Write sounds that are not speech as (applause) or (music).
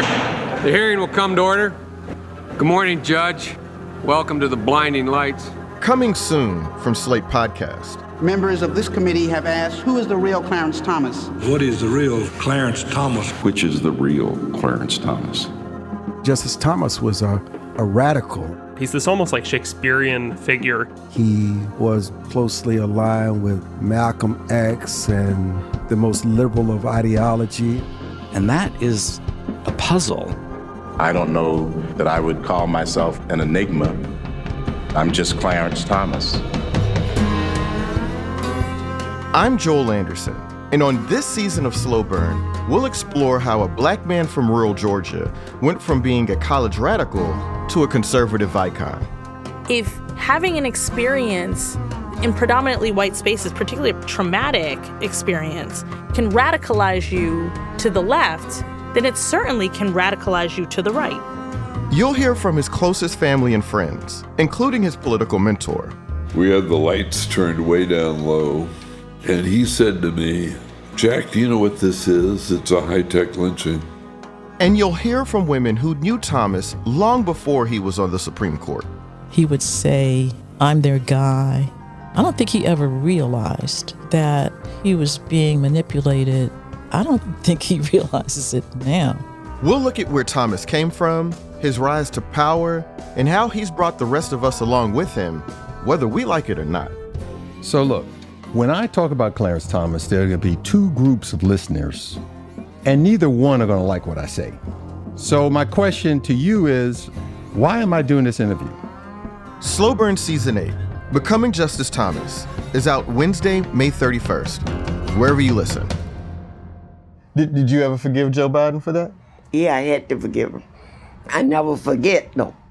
The hearing will come to order. Good morning, Judge. Welcome to the blinding lights. Coming soon from Slate Podcast. Members of this committee have asked who is the real Clarence Thomas? What is the real Clarence Thomas? Which is the real Clarence Thomas? Justice Thomas was a, a radical. He's this almost like Shakespearean figure. He was closely aligned with Malcolm X and the most liberal of ideology. And that is a puzzle. I don't know that I would call myself an enigma. I'm just Clarence Thomas. I'm Joel Anderson, and on this season of Slow Burn, we'll explore how a black man from rural Georgia went from being a college radical to a conservative icon. If having an experience in predominantly white spaces, particularly a traumatic experience, can radicalize you to the left, then it certainly can radicalize you to the right. You'll hear from his closest family and friends, including his political mentor. We had the lights turned way down low, and he said to me, Jack, do you know what this is? It's a high tech lynching. And you'll hear from women who knew Thomas long before he was on the Supreme Court. He would say, I'm their guy. I don't think he ever realized that he was being manipulated I don't think he (laughs) realizes it now. We'll look at where Thomas came from, his rise to power, and how he's brought the rest of us along with him, whether we like it or not. So, look, when I talk about Clarence Thomas, there are going to be two groups of listeners, and neither one are going to like what I say. So, my question to you is why am I doing this interview? Slow Burn Season 8, Becoming Justice Thomas, is out Wednesday, May 31st, wherever you listen. Did, did you ever forgive Joe Biden for that? Yeah, I had to forgive him. I never forget, though. No.